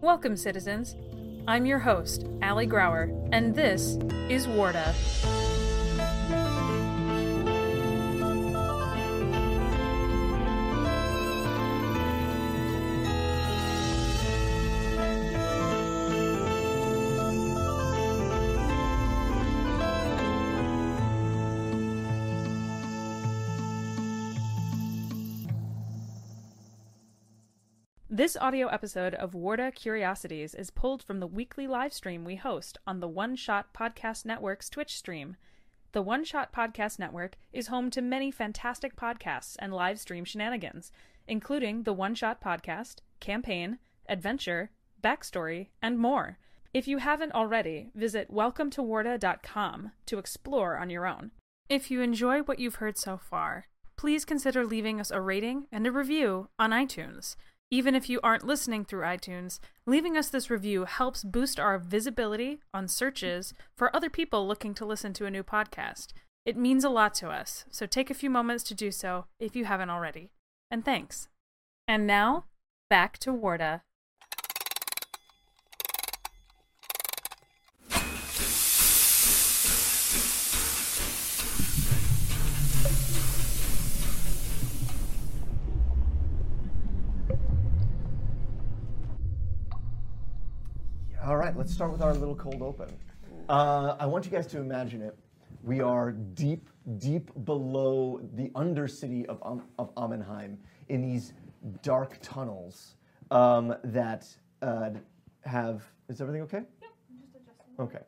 Welcome, citizens. I'm your host, Allie Grauer, and this is Warda. This audio episode of Warda Curiosities is pulled from the weekly live stream we host on the One Shot Podcast Network's Twitch stream. The One Shot Podcast Network is home to many fantastic podcasts and live stream shenanigans, including the One Shot Podcast, Campaign, Adventure, Backstory, and more. If you haven't already, visit welcometowarda.com to explore on your own. If you enjoy what you've heard so far, please consider leaving us a rating and a review on iTunes. Even if you aren't listening through iTunes, leaving us this review helps boost our visibility on searches for other people looking to listen to a new podcast. It means a lot to us, so take a few moments to do so if you haven't already. And thanks. And now, back to Warda. All right, let's start with our little cold open. Uh, I want you guys to imagine it. We are deep, deep below the undercity of, um, of Amenheim in these dark tunnels um, that uh, have. Is everything okay? Okay.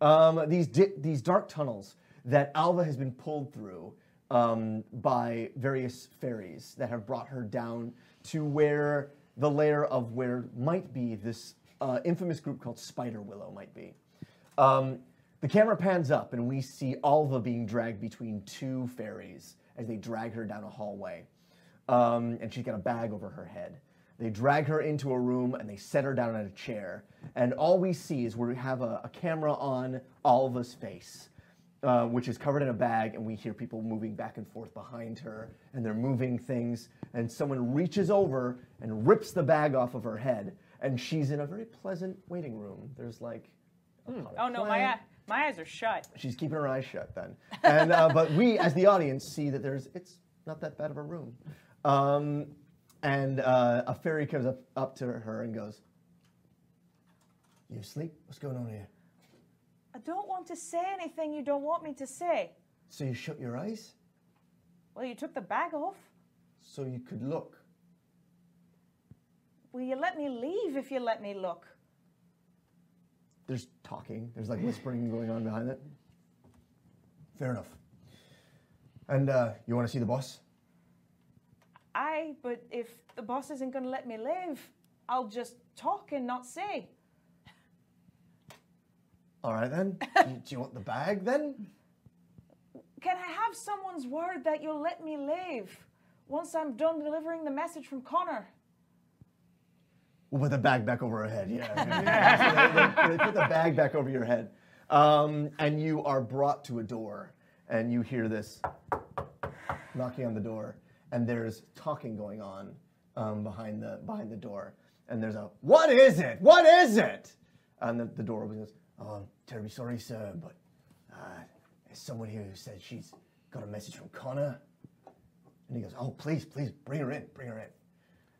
Um, these di- these dark tunnels that Alva has been pulled through um, by various fairies that have brought her down to where the lair of where might be this uh, infamous group called Spider Willow might be. Um, the camera pans up and we see Alva being dragged between two fairies as they drag her down a hallway. Um, and she's got a bag over her head. They drag her into a room and they set her down on a chair. And all we see is we have a, a camera on Alva's face, uh, which is covered in a bag, and we hear people moving back and forth behind her, and they're moving things. And someone reaches over and rips the bag off of her head, and she's in a very pleasant waiting room. There's like, a pot of Oh no, my plant. eye, my eyes are shut. Hmm. She's keeping her eyes shut then. And uh, but we, as the audience, see that there's it's not that bad of a room. Um, and uh, a fairy comes up, up to her and goes, "You asleep? What's going on here? I don't want to say anything you don't want me to say. So you shut your eyes Well, you took the bag off. so you could look. Will you let me leave if you let me look? There's talking. There's like whispering going on behind it. Fair enough. And uh, you want to see the boss? Aye, but if the boss isn't going to let me leave, I'll just talk and not say. All right then. Do you want the bag then? Can I have someone's word that you'll let me leave once I'm done delivering the message from Connor? We'll put the bag back over her head. Yeah. yeah. So they, they- they put the bag back over your head. Um, and you are brought to a door, and you hear this knocking on the door, and there's talking going on um, behind the behind the door, and there's a "What is it? What is it?" And the, the door opens. and Goes, oh, I'm terribly sorry, sir, but uh, there's someone here who said she's got a message from Connor, and he goes, "Oh, please, please, bring her in, bring her in."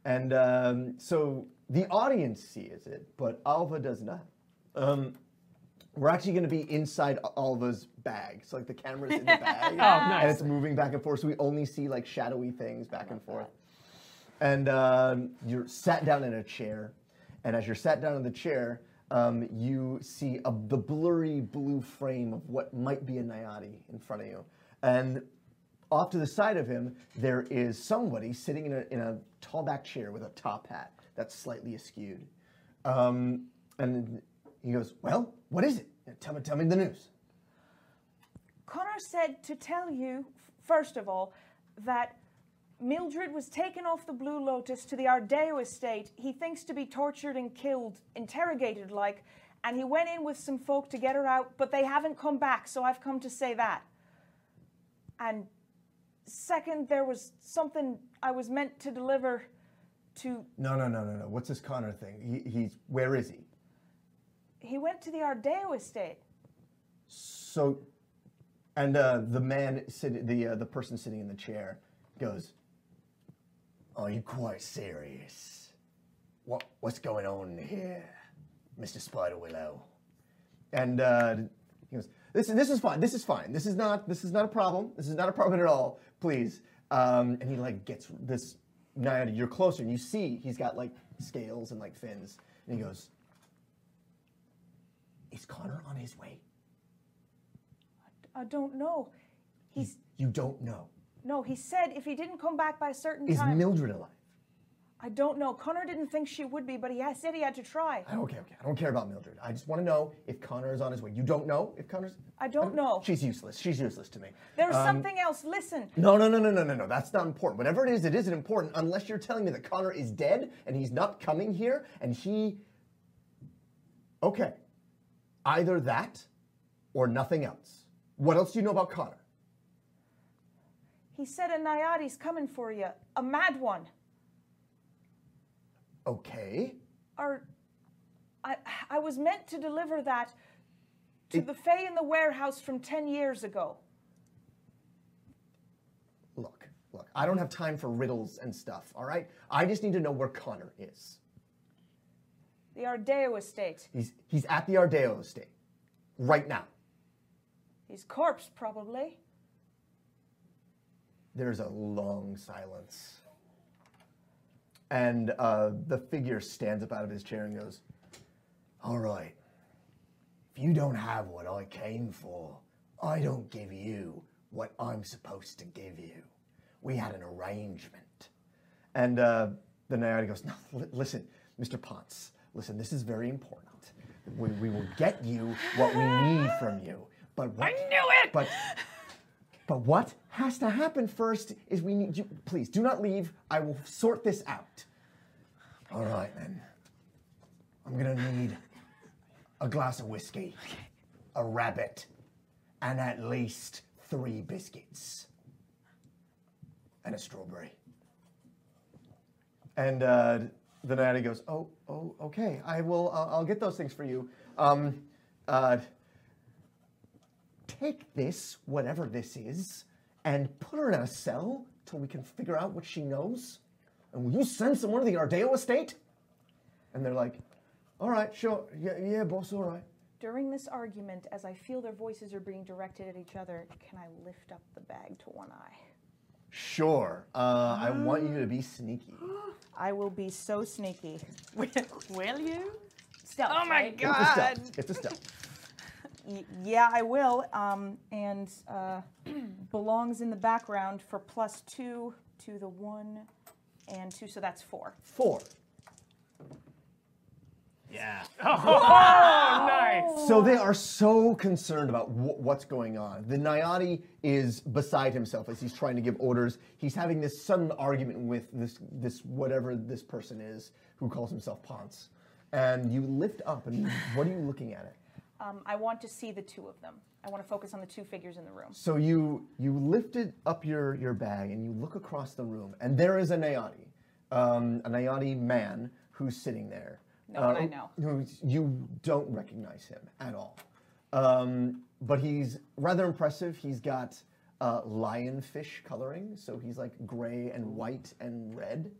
And um, so the audience sees it, but Alva does not. Um, we're actually going to be inside Al- Alva's bag. So like the camera's in the bag, and it's moving back and forth. So we only see like shadowy things back and forth. And um, you're sat down in a chair, and as you're sat down in the chair, um, you see a, the blurry blue frame of what might be a Nayati in front of you, and off to the side of him, there is somebody sitting in a, in a tall back chair with a top hat that's slightly askewed. Um, and he goes, Well, what is it? Tell me, tell me the news. Connor said to tell you, f- first of all, that Mildred was taken off the Blue Lotus to the Ardeo estate. He thinks to be tortured and killed, interrogated like, and he went in with some folk to get her out, but they haven't come back, so I've come to say that. And second, there was something I was meant to deliver to. No, no, no, no, no. What's this Connor thing? He, he's where is he? He went to the Ardeo estate. So, and uh, the man, sit, the uh, the person sitting in the chair, goes, "Are you quite serious? What what's going on here, Mister Spider Willow?" And uh, he goes, "This this is fine. This is fine. This is not this is not a problem. This is not a problem at all. Please." Um, and he like gets this. Now you're closer, and you see he's got like scales and like fins, and he goes, "Is Connor on his way?" I don't know. He's You don't know. no. He said if he didn't come back by a certain Is time. Mildred alive? I don't know. Connor didn't think she would be, but he ha- said he had to try. I- Okay, okay. I don't care about Mildred. I just want to know if Connor is on his way. You don't know if Connor's. I don't know. She's useless. She's useless to me. There's something else. Listen, No, no, no, no, no, no, no. That's not important. Whatever it is, it isn't important unless you're telling me that Connor is dead and he's not coming here and he. Okay. Either that or nothing else. What else do you know about Connor? he said a Nayadi's coming for you, a mad one. Okay. Or, I I was meant to deliver that to the Fae in the warehouse from ten years ago. Look, look, I don't have time for riddles and stuff, all right? I just need to know where Connor is. The Ardeo estate. He's he's at the Ardeo estate right now. His corpse, probably. There's a long silence. And uh, the figure stands up out of his chair and goes, All right, if you don't have what I came for, I don't give you what I'm supposed to give you. We had an arrangement. And uh, the Nayada goes, No, li- listen, Mr. Ponce, listen, this is very important. We, we will get you what we need from you. But what, I knew it! But but what has to happen first is we need you. Please do not leave. I will sort this out. All right then. I'm gonna need a glass of whiskey, a rabbit, and at least three biscuits, and a strawberry. And uh, the nanny goes, "Oh, oh, okay. I will. I'll I'll get those things for you." Um, uh, take this, whatever this is, and put her in a cell till we can figure out what she knows? And will you send someone to the Ardeo estate? And they're like, all right, sure. Yeah, yeah boss, all right. During this argument, as I feel their voices are being directed at each other, can I lift up the bag to one eye? Sure. Uh, I want you to be sneaky. I will be so sneaky. Will you? Stealth, Oh my right? god. It's a stealth. It's a stealth. Y- Yeah, I will. Um, and uh, belongs in the background for plus two to the one and two, so that's four. Four. Yeah. Nice. So they are so concerned about wh- what's going on. The Nayati is beside himself as he's trying to give orders. He's having this sudden argument with this this whatever this person is who calls himself Ponce. And you lift up, and what are you looking at it? Um, I want to see the two of them. I want to focus on the two figures in the room. So you you lifted up your your bag and you look across the room, and there is a Nayati, um, a Nayati man who's sitting there. Uh, No one I know. Who you don't recognize him at all, um, but he's rather impressive. He's got uh, lionfish coloring, so he's like gray and white and red,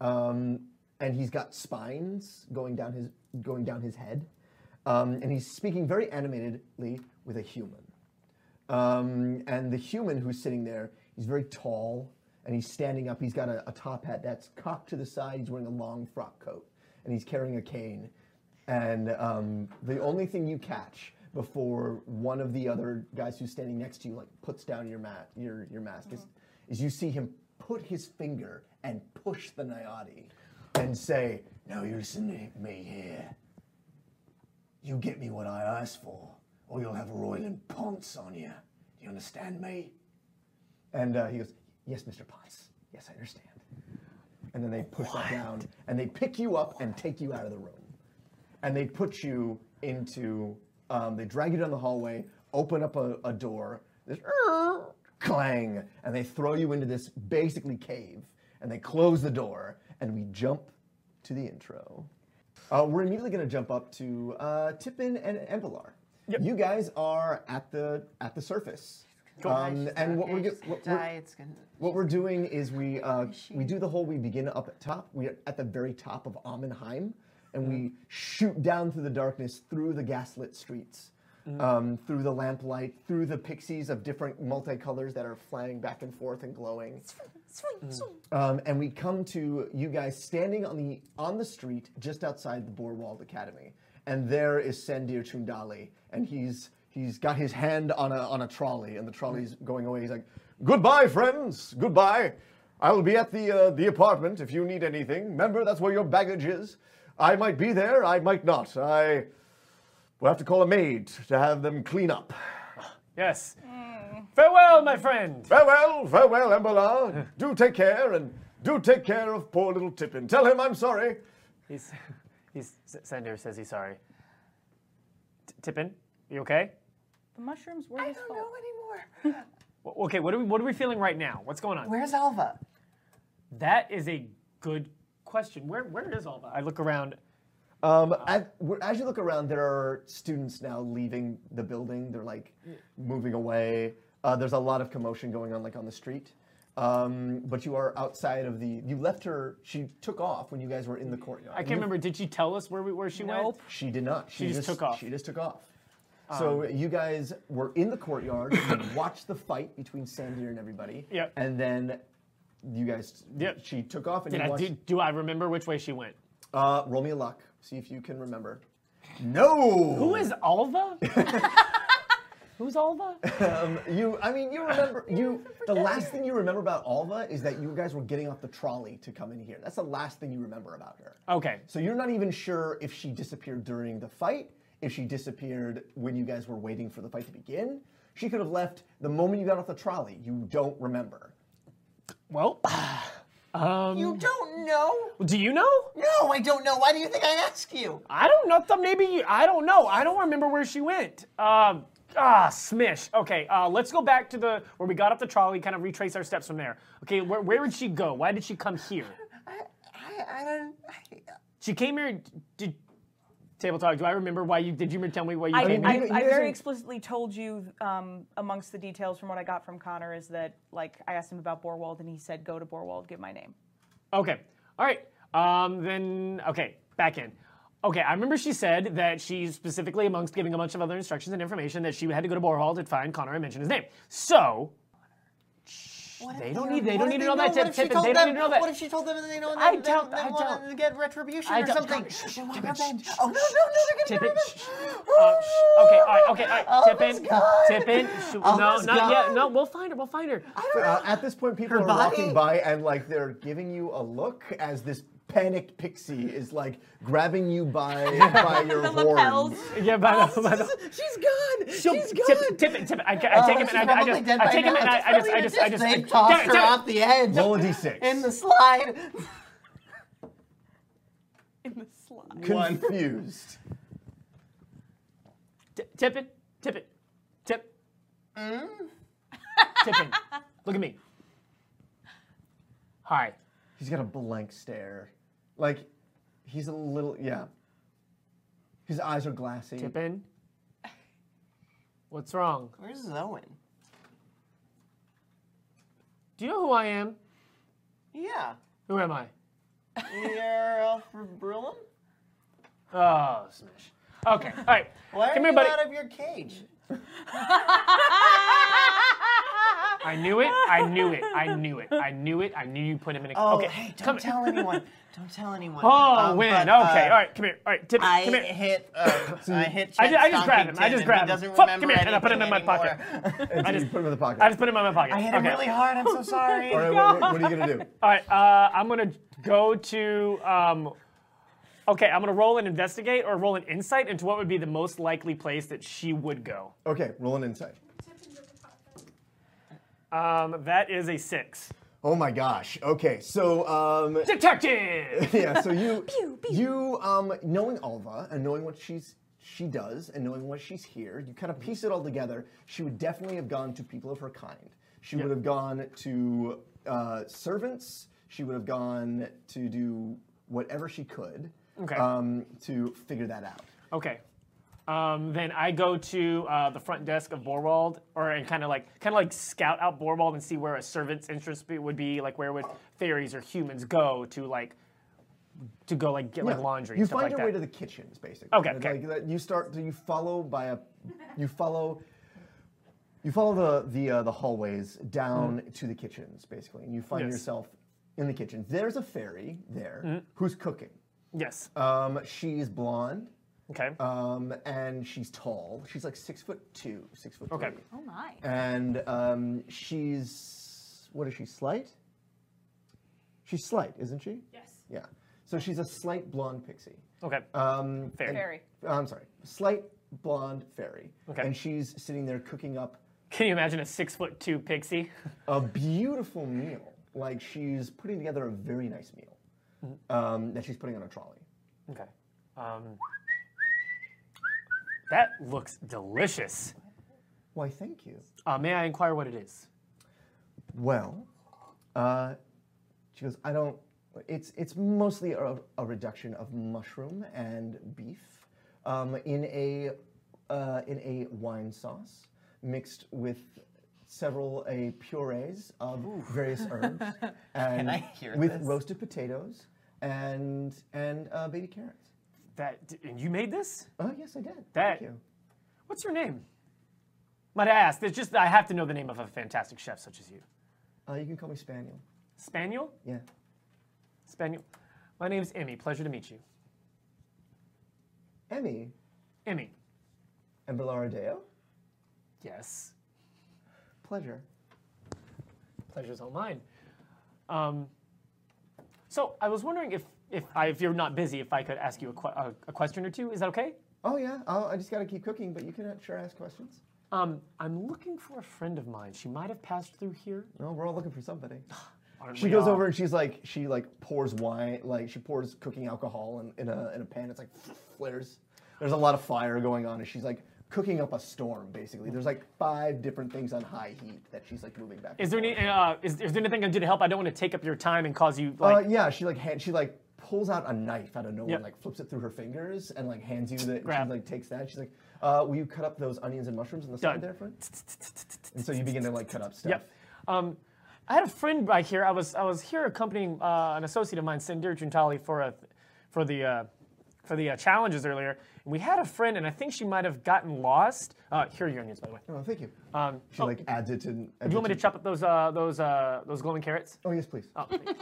um, and he's got spines going down his going down his head, um, and he's speaking very animatedly with a human. Um, and the human who's sitting there, he's very tall and he's standing up. He's got a, a top hat that's cocked to the side. He's wearing a long frock coat and he's carrying a cane. And um, the only thing you catch before one of the other guys who's standing next to you like puts down your mat, your your mask is, is you see him put his finger and push the Nayati and say, "Now you listen to me here." You get me what I asked for, or you'll have Royal and Ponce on you. Do you understand me? And uh, he goes, Yes, Mr. Ponce. Yes, I understand. And then they push that down, and they pick you up and take you out of the room. And they put you into, um, they drag you down the hallway, open up a, a door, this clang, and they throw you into this basically cave, and they close the door, and we jump to the intro. Uh, we're immediately going to jump up to uh, Tippin and Empelar. You guys are at the at the surface. Um, and what we're, Okay, do- she's gonna what, we're, die, it's gonna. what we're doing is we uh, we do the whole we begin up at top. We are at the very top of Amenheim, and we shoot down through the darkness, through the gaslit streets, um, through the lamplight, through the pixies of different multicolors that are flying back and forth and glowing. Um, and we come to you guys standing on the on the street just outside the Borwald Academy, and there is Sandir Chundali, and he's he's got his hand on a on a trolley, and the trolley's going away. He's like, "Goodbye, friends. Goodbye. I will be at the uh, the apartment if you need anything. Remember, that's where your baggage is. I might be there. I might not. I will have to call a maid to have them clean up. Yes. Farewell, my friend. Farewell, farewell, Embala. do take care, and do take care of poor little Tippin. Tell him I'm sorry." He's, he's, S- Sander says he's sorry. T- Tippin, you okay? The mushrooms were I his don't fault. know anymore. W- Okay, what are, we, what are we feeling right now? What's going on? Where's Alva? That is a good question. Where, where is Alva? I look around. Um, as, we're- as you look around, there are students now leaving the building. They're like moving away. Uh, there's a lot of commotion going on, like on the street. Um, but you are outside of the. You left her. She took off when you guys were in the courtyard. I can't remember. Did she tell us where we where she went? Nope. She did not. She, just took off. Um, She just took off. So you guys were in the courtyard. you watched the fight between Sandir and everybody. Yep. And then you guys. Yep. She took off and Did you I, watched. did, do I remember which way she went? Uh, roll me a luck. See if you can remember. No. Who is Alva? Who's Alva? You, I mean, you remember you. The last thing you remember about Alva is that you guys were getting off the trolley to come in here. That's the last thing you remember about her. Okay. So you're not even sure if she disappeared during the fight, if she disappeared when you guys were waiting for the fight to begin. She could have left the moment you got off the trolley. You don't remember. Well, You don't know? do you know? No, I don't know. Why do you think I ask you? I don't know. Th- maybe you, I don't know. I don't remember where she went. Um, ah, smish. Okay, uh, let's go back to the where we got up the trolley. Kind of retrace our steps from there. Okay, where, where did she go? Why did she come here? I, I, I don't. I, She came here. Did table talk? Do I remember why you? Did you remember- tell me why you I, came mean, here? I, you- you I guys are- very explicitly told you, um, amongst the details from what I got from Connor, is that like I asked him about Borwald and he said, "Go to Borwald, give my name." Okay. All right. Um, then okay, back in. Okay, I remember she said that she specifically, amongst giving a bunch of other instructions and information, that she had to go to Borhall to find Connor and mention his name. So what if They don't are- need- they what don't if need to they know that, What if Tip- she Tippin, told they don't them? need to know that. What if she told them and they know? And I then, they don't- They I want don't. to get retribution I or don't- something. Shh, shh, oh Tippin, no, no, shh, they're shh, shh, gonna Tippin, get shh, shh. Uh, shh. okay, all right, okay, all right. Alva's Tippin, Oh, gone. Tippin. sh- no, Alva's not yet. gone. No, we'll find her. We'll find her. Uh, at this point, people Her are body? walking by and like they're giving you a look as this panicked pixie is like grabbing you by by your horns. Yeah, by the, by the, She's gone. She'll- She's Tip, gone. tip it, tip it. I, ca- I Oh, take him she's and I, I probably just, dead I by take him now. and I, I just, I just, I just, They I- tossed Damn it, her damn it. off the edge Roll a d6. in the slide. In the slide. Confused. T- Tip it, tip it, tip. Mm. Tipping. Look at me. Hi. He's got a blank stare. Like, he's a little, yeah. His eyes are glassy. Tippin. What's wrong? Where's Zoe? Do you know who I am? Yeah. Who am I? You're Alfred Brillum? Oh, smash. Okay. All right. Why are Come you here, buddy. out of your cage? I knew it. I knew it. I knew it. I knew it. I knew you put him in a. Oh, okay. hey, don't come here. tell anyone. Don't tell anyone. Oh, Um, win. but, Okay. uh, all right. Come here. All right. Tip. I come here. hit. Uh, I hit. I ju- I Chet just grabbed him. I Stockington, just and grabbed him. he doesn't Fuck, remember come here, and I put him in my anything pocket. anymore. I just- just put him in the pocket. I just put him in my pocket. I hit him okay. really hard. I'm so sorry. All right, what, what- what are you gonna do? All right, uh, I'm gonna go to. Um, okay, I'm gonna roll and investigate or roll an insight into what would be the most likely place that she would go. Okay, roll an insight. Um, that is a six. Oh my gosh. Okay, so um, Detective. yeah, so you you um, knowing Alva and knowing what she's she does and knowing what she's here, you kind of piece it all together. She would definitely have gone to people of her kind. She would have gone to uh, servants. she would have gone to do whatever she could Okay. um, to figure that out. Okay. Um, then I go to uh, the front desk of Borwald, or and kind of like kind of like scout out Borwald and see where a servant's interest be, would be, like where would fairies or humans go to like to go like get like Yeah. laundry. and You stuff find like your that. way to the kitchens, basically. Okay, It's okay. Like that you start. You follow by a. You follow. You follow the the uh, the hallways down to the kitchens, basically, and you find Mm-hmm. Yes. Mm-hmm. yourself in the kitchen. There's a fairy there who's cooking. yes. Um, she's blonde. okay. Um, and she's tall. She's like six foot two, six foot Okay. three. Oh my. And um, she's what is she slight? She's slight, isn't she? Yes. Yeah. So she's a slight blonde pixie. okay. Um, Fair. and- Fairy. I'm sorry, slight blonde fairy. Okay. And she's sitting there cooking up Can you imagine a six foot two pixie? a beautiful meal. Like she's putting together a very nice meal um, that she's putting on a trolley. Okay. Um, that looks delicious. Why, thank you. Uh, may I inquire what it is? Well, uh, she goes, I don't. It's it's mostly a, a reduction of mushroom and beef um, in a uh, in a wine sauce mixed with several a purees of various herbs and I hear with this? roasted potatoes and and uh, baby carrots. That and you made this? Oh yes, I did. That- Thank you. What's your name? Might I ask? It's just I have to know the name of a fantastic chef such as you. Uh, you can call me Spaniel. Spaniel? Yeah. Spaniel. My name's Emmy. Pleasure to meet you. Emmy Emmy. and Bellaradeo. Yes. Pleasure. Pleasure's all mine. Um, so I was wondering if, if, I, if you're not busy, if I could ask you a, que- a, a question or two. Is that okay? Oh yeah, I'll, I just got to keep cooking, but you can uh, sure ask questions. Um, I'm looking for a friend of mine. She might have passed through here. No, we're all looking for somebody. Aren't She we goes all? over and she's like, she like pours wine, like she pours cooking alcohol in, in a in a pan. It's like flares. There's a lot of fire going on, and she's like cooking up a storm. Basically, there's like five different things on high heat that she's like moving back. Is and there forth. any? Uh, is, is there anything I can do to help? I don't want to take up your time and cause you like. Uh, yeah, she like hand, she like pulls out a knife out of nowhere, Yep. like flips it through her fingers, and like hands you the. Grab. She like takes that. She's like, uh, "Will you cut up those onions and mushrooms on the Done. side there, friend?" and so you begin to like cut up stuff. Yep. Um, I had a friend back here. I was I was here accompanying uh, an associate of mine, Sindir Juntali, for a for the uh, for the uh, challenges earlier. And we had a friend, and I think she might have gotten lost. Uh, here are your onions, by the way. Oh, thank you. Um, she oh, like adds it in. do you want me to chop up those uh, those uh, those glowing carrots? Oh yes, please. Oh, thank you.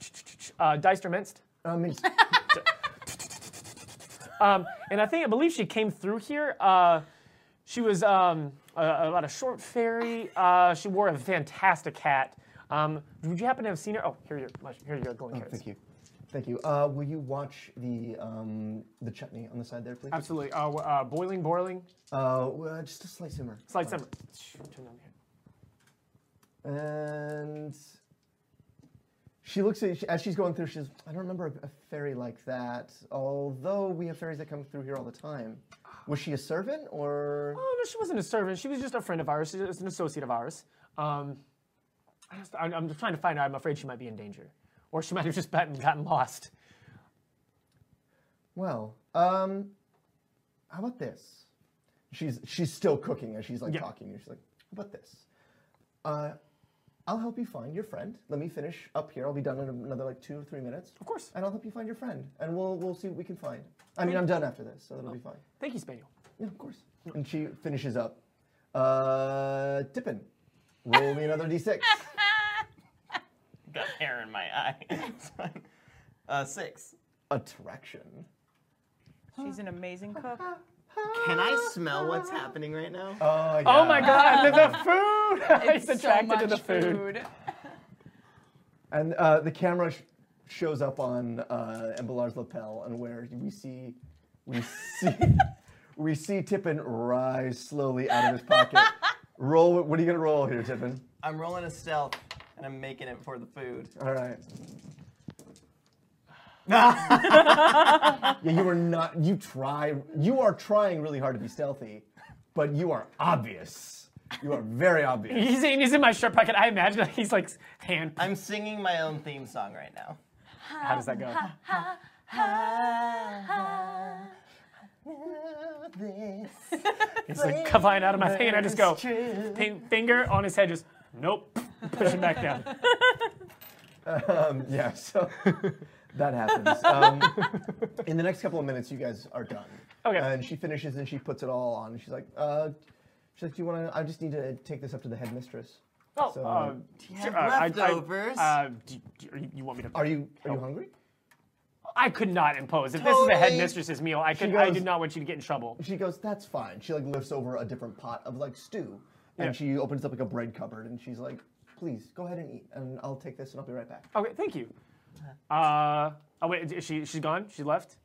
uh, diced or minced? Um, it's- Um, and I think I believe she came through here. Uh, she was um, a- about a short fairy. Uh, she wore a fantastic hat. Um, would you happen to have seen her? Oh, here you are. Here you are, glowing carrots. Oh, Thank you. Thank you. Uh, will you watch the um, the chutney on the side there, please? Absolutely. Uh, w- uh, boiling, boiling. Uh, well, just a slight simmer. Slight simmer. Turn on here. And she looks at as she's going through. She says, "I don't remember a, a fairy like that. Although we have fairies that come through here all the time. Was she a servant or? Oh no, she wasn't a servant. She was just a friend of ours. She was an associate of ours. Um, I just, I'm, I'm just trying to find her. I'm afraid she might be in danger, or she might have just gotten, gotten lost. Well, um, how about this? She's she's still cooking as she's like Yeah. talking. to you. She's like, how about this? Uh, I'll help you find your friend. Let me finish up here. I'll be done in another like two or three minutes. Of course. And I'll help you find your friend, and we'll we'll see what we can find. I mean, I'm done after this, so that'll be fine. Thank you, Spaniel. Yeah, of course. And she finishes up. Uh, Tippin, roll me another d6. Got hair in my eye. uh, six. Attraction. She's an amazing cook. Can I smell what's happening right now? Oh, yeah. Oh my God! The, the food. It's, so attracted to the much food. And uh, the camera sh- shows up on uh, Embalar's lapel, and where we see, we see, we see Tippin rise slowly out of his pocket. roll. What are you gonna roll here, Tippin? I'm rolling a stealth, and I'm making it for the food. All right. yeah, you were not. You try. You are trying really hard to be stealthy, but you are obvious. You are very obvious. He's in, he's in my shirt pocket. I imagine that he's like hand. I'm singing my own theme song right now. How does that go? He's like flying out of my thing, and I just go ping, finger on his head, just nope, push him back down. Um, yeah, so that happens. Um, in the next couple of minutes, you guys are done. Okay. And she finishes and she puts it all on. She's like, uh, she's like, do you want to? I just need to take this up to the headmistress. Oh, So- uh, have sure, uh, I- I- leftovers? uh, do, do- are you, you want me to? Are you are you oh. hungry? I could not impose. If this Totally. is a headmistress's meal, I could. I goes- did not want you to get in trouble. She goes, that's fine. She like lifts over a different pot of like stew, and Yeah. she opens up like a bread cupboard, and she's like, please go ahead and eat, and I'll take this and I'll be right back. Okay, thank you. Uh, oh wait, is she she's gone. She left.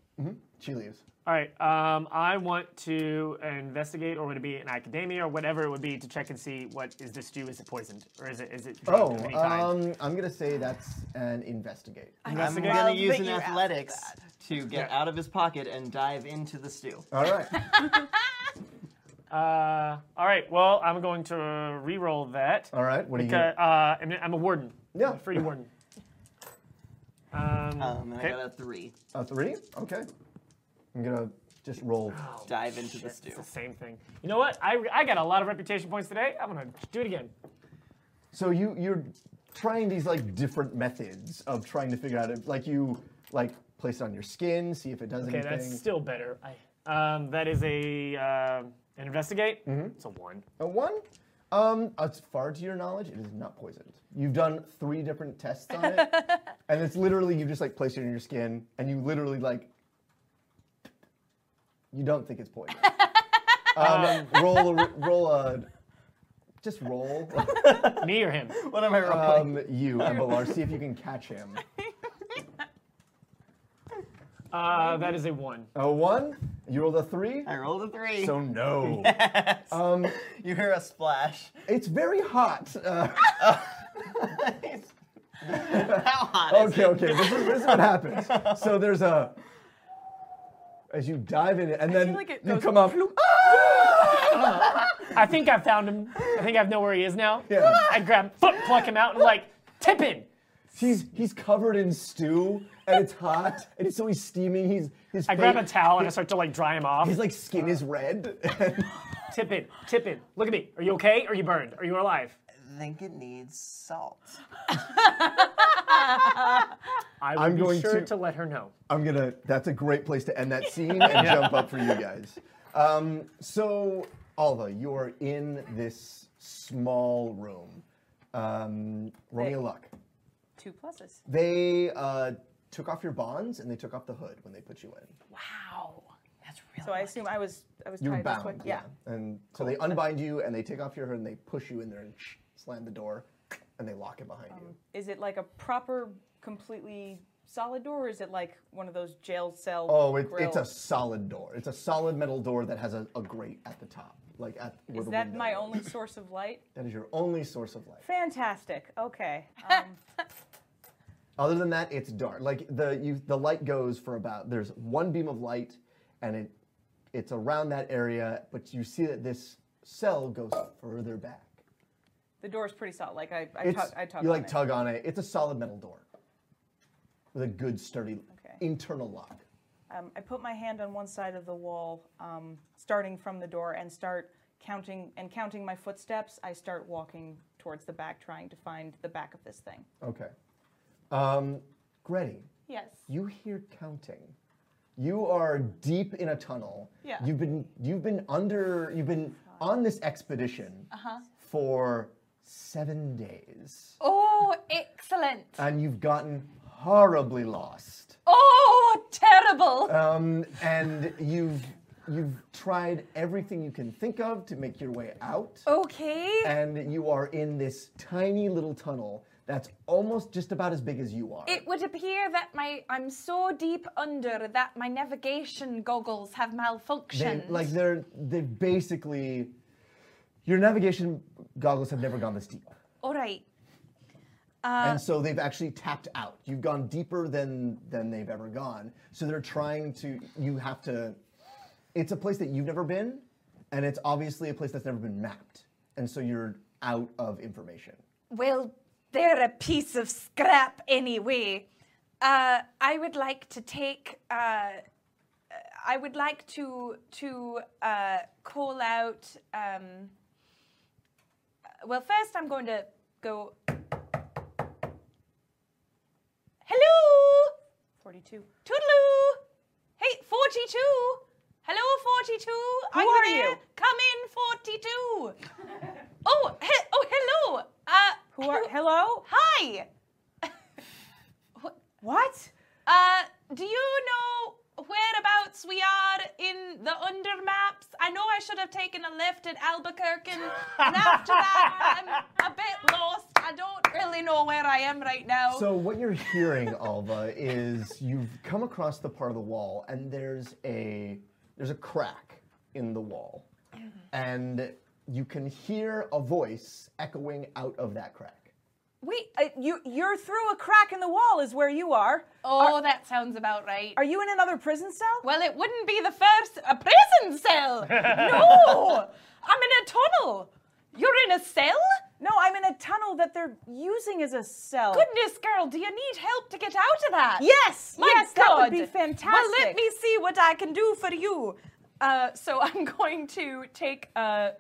She leaves. All right. Um, I want to investigate, or would it be an academia, or whatever it would be, to check and see what is this stew? Is it poisoned, or is it is it drugged Oh, of any kind? um, I'm gonna say that's an investigate. I'm Investigate. gonna Love use that an you asked athletics to get Yeah. out of his pocket and dive into the stew. All right. Uh, all right. Well, I'm going to re-roll that. All right. What do you? Okay, uh, I'm, I'm a warden. Yeah. a free warden. Um, Um, and okay. I got a three. A Uh, three? Okay. I'm gonna just roll. Dive into the It's stew. the same thing. You know what? I, I got a lot of reputation points today. I'm gonna do it again. So you you're trying these like different methods of trying to figure out if like you like place it on your skin, see if it does Okay, anything. that's still better. I, um, that is a uh, an investigate. Mm-hmm. It's a one. a Uh, one. Um, as far to your knowledge, it is not poisoned. You've done three different tests on it, and it's literally you just like place it in your skin, and you literally like you don't think it's poisoned. um, roll a roll a just roll. Me or him? What am I rolling? Um, you, Embalar, see if you can catch him. Uh, that is a one. A one, you rolled a three, I rolled a three. so no. um, you hear a splash. It's very hot. Uh, How hot is it? okay, okay, this is, this is what happens. So there's a, as you dive in, and then like it you goes come up. "Ah!" I think I found him. I think I know where he is now. Yeah. I grab foot, pluck him out, and like tip him. He's he's covered in stew, and it's hot, and so he's steaming. He's his. I fa- grab a towel and I start to like dry him off. His like skin is red. Tip in, tip in. Look at me. Are you okay? Are you burned? Are you alive? I think it needs salt. I will I'm be going sure to- to let her know. I'm gonna. That's a great place to end that scene and jump up for you guys. Um, so, Alva, you are in this small room. Um, roll me a luck. Two pluses. They uh, took off your bonds and they took off the hood when they put you in. Wow. That's really So I assume I was I was You were tied this bound. way. Yeah. And so they unbind you and they take off your hood and they push you in there and slam the door and they lock it behind you. Is it like a proper, completely solid door, or is it like one of those jail cell? Oh, it, grill? it's a solid door. It's a solid metal door that has a, a grate at the top, like at where Is the that window my is. only source of light? That is your only source of light. Fantastic. Okay. Um, Other than that, it's dark. Like the you, the light goes for about there's one beam of light, and it it's around that area, but you see that this cell goes further back. the door's pretty solid. Like I, I, It's, tug, I tug you on like it. tug on it. It's a solid metal door with a good sturdy Okay. internal lock. Um, I put my hand on one side of the wall, um, starting from the door, and start counting and counting my footsteps. I start walking towards the back, trying to find the back of this thing. Okay. Um, Gretty, Yes. you hear counting. You are deep in a tunnel. Yeah. You've been you've been under you've been on this expedition for seven days, Oh, excellent. and you've gotten horribly lost. Oh, terrible. Um, and you've you've tried everything you can think of to make your way out. okay. And you are in this tiny little tunnel that's almost just about as big as you are. It would appear that my I'm so deep under that my navigation goggles have They, malfunctioned. like they're they basically your navigation goggles have never gone this deep. All right. and so they've actually tapped out. You've gone deeper than than they've ever gone. So they're trying to you have to it's a place that you've never been and it's obviously a place that's never been mapped. and so you're out of information. Well, they're a piece of scrap anyway. Uh, I would like to take. Uh, I would like to to uh, call out. Um, well, first I'm going to go. Hello, 42. toodaloo. Hey, forty-two. Hello, forty-two. Who are you? Come in, forty-two. oh, he- oh, hello. Uh, Who are, hello? Hi. What? Uh, do you know whereabouts we are in the under maps? I know I should have taken a left at Albuquerque, and, and after that, I'm a bit lost. I don't really know where I am right now. So what you're hearing, Alva, is you've come across the part of the wall, and there's a there's a crack in the wall, and you can hear a voice echoing out of that crack. Wait, uh, you, you're through a crack in the wall, is where you are. oh, that sounds about right. Are you in another prison cell? well, it wouldn't be the first a prison cell. no, I'm in a tunnel. You're in a cell? No, I'm in a tunnel that they're using as a cell. Goodness, girl, do you need help to get out of that? Yes, My yes, that would be God. fantastic. Well, let me see what I can do for you. Uh, so I'm going to take uh,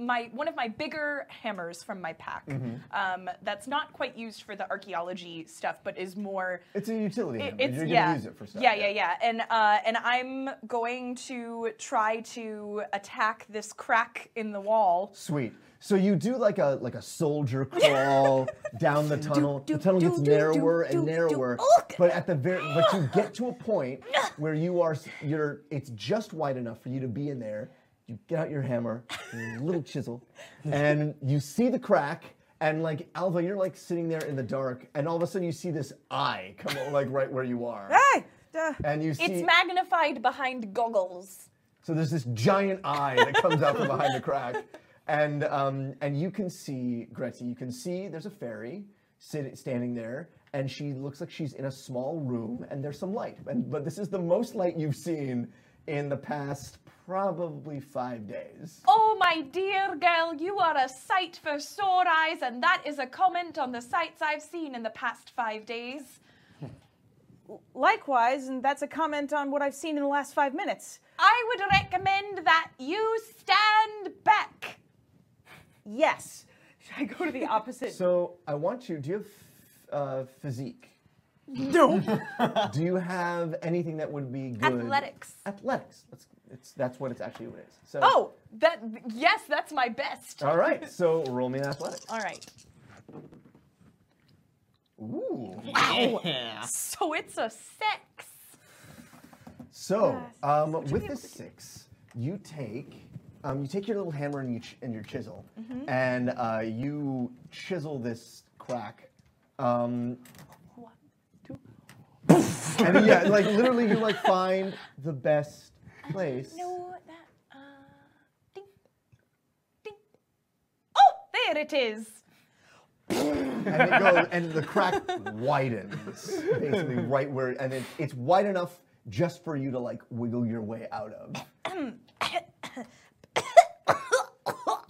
my one of my bigger hammers from my pack. Mm-hmm. Um, that's not quite used for the archaeology stuff, but is more. It's a utility. it- hammer. it's you're gonna yeah, use it for stuff. yeah, yeah, yeah. And uh, and I'm going to try to attack this crack in the wall. Sweet. So you do like a like a soldier crawl down the tunnel. do, the tunnel do, gets do, do, narrower do, and do. Oh, narrower. Ugh. But at the very but you get to a point where you are s- you're it's just wide enough for you to be in there. You get out your hammer, your little chisel, and you see the crack. And like Alva, you're like sitting there in the dark, and all of a sudden you see this eye come out, like right where you are, Hey, uh, and you see Ah, It's magnified behind goggles. so there's this giant eye that comes out from behind the crack, and um, and you can see Gretzky. You can see there's a fairy sitting standing there, and she looks like she's in a small room, and there's some light. And but this is the most light you've seen in the past probably five days. Oh, my dear girl, you are a sight for sore eyes, and that is a comment on the sights I've seen in the past five days. likewise, and that's a comment on what I've seen in the last five minutes. I would recommend that you stand back. Yes. Should I go to the opposite? So I want you. Do you have uh, physique? No. Do you have anything that would be good? Athletics. Athletics. That's it's, that's what it's actually what it is. So. Oh, that yes, that's my best. All right. So roll me an athletics. All right. Ooh. Yeah. So it's a six. So, um, with the six, you take um, you take your little hammer and, you ch- and your chisel, and uh, you chisel this crack. Um, and yeah, like literally, you like find the best place. No, that uh, ding, ding. Oh, there it is. and it goes, and the crack widens basically right where, and it, it's wide enough just for you to like wiggle your way out of.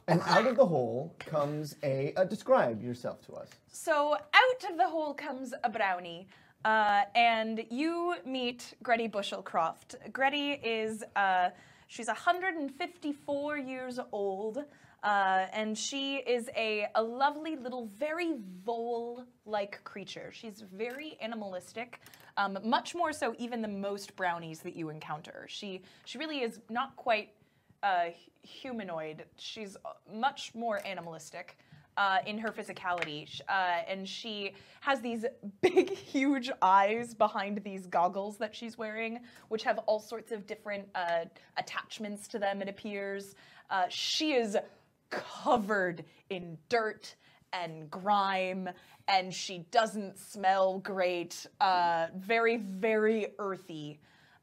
and out of the hole comes a, uh describe yourself to us. So out of the hole comes a brownie, uh, and you meet Gretty Bushelcroft. Gretty is uh, she's 154 years old, uh, and she is a, a lovely little, very vole-like creature. She's very animalistic, um, much more so even than most brownies that you encounter. She she really is not quite uh, hu- humanoid. She's uh, much more animalistic uh, in her physicality, Sh- uh, and she has these big, huge eyes behind these goggles that she's wearing, which have all sorts of different uh, attachments to them. It appears uh, she is covered in dirt and grime, and she doesn't smell great. Uh, very, very earthy.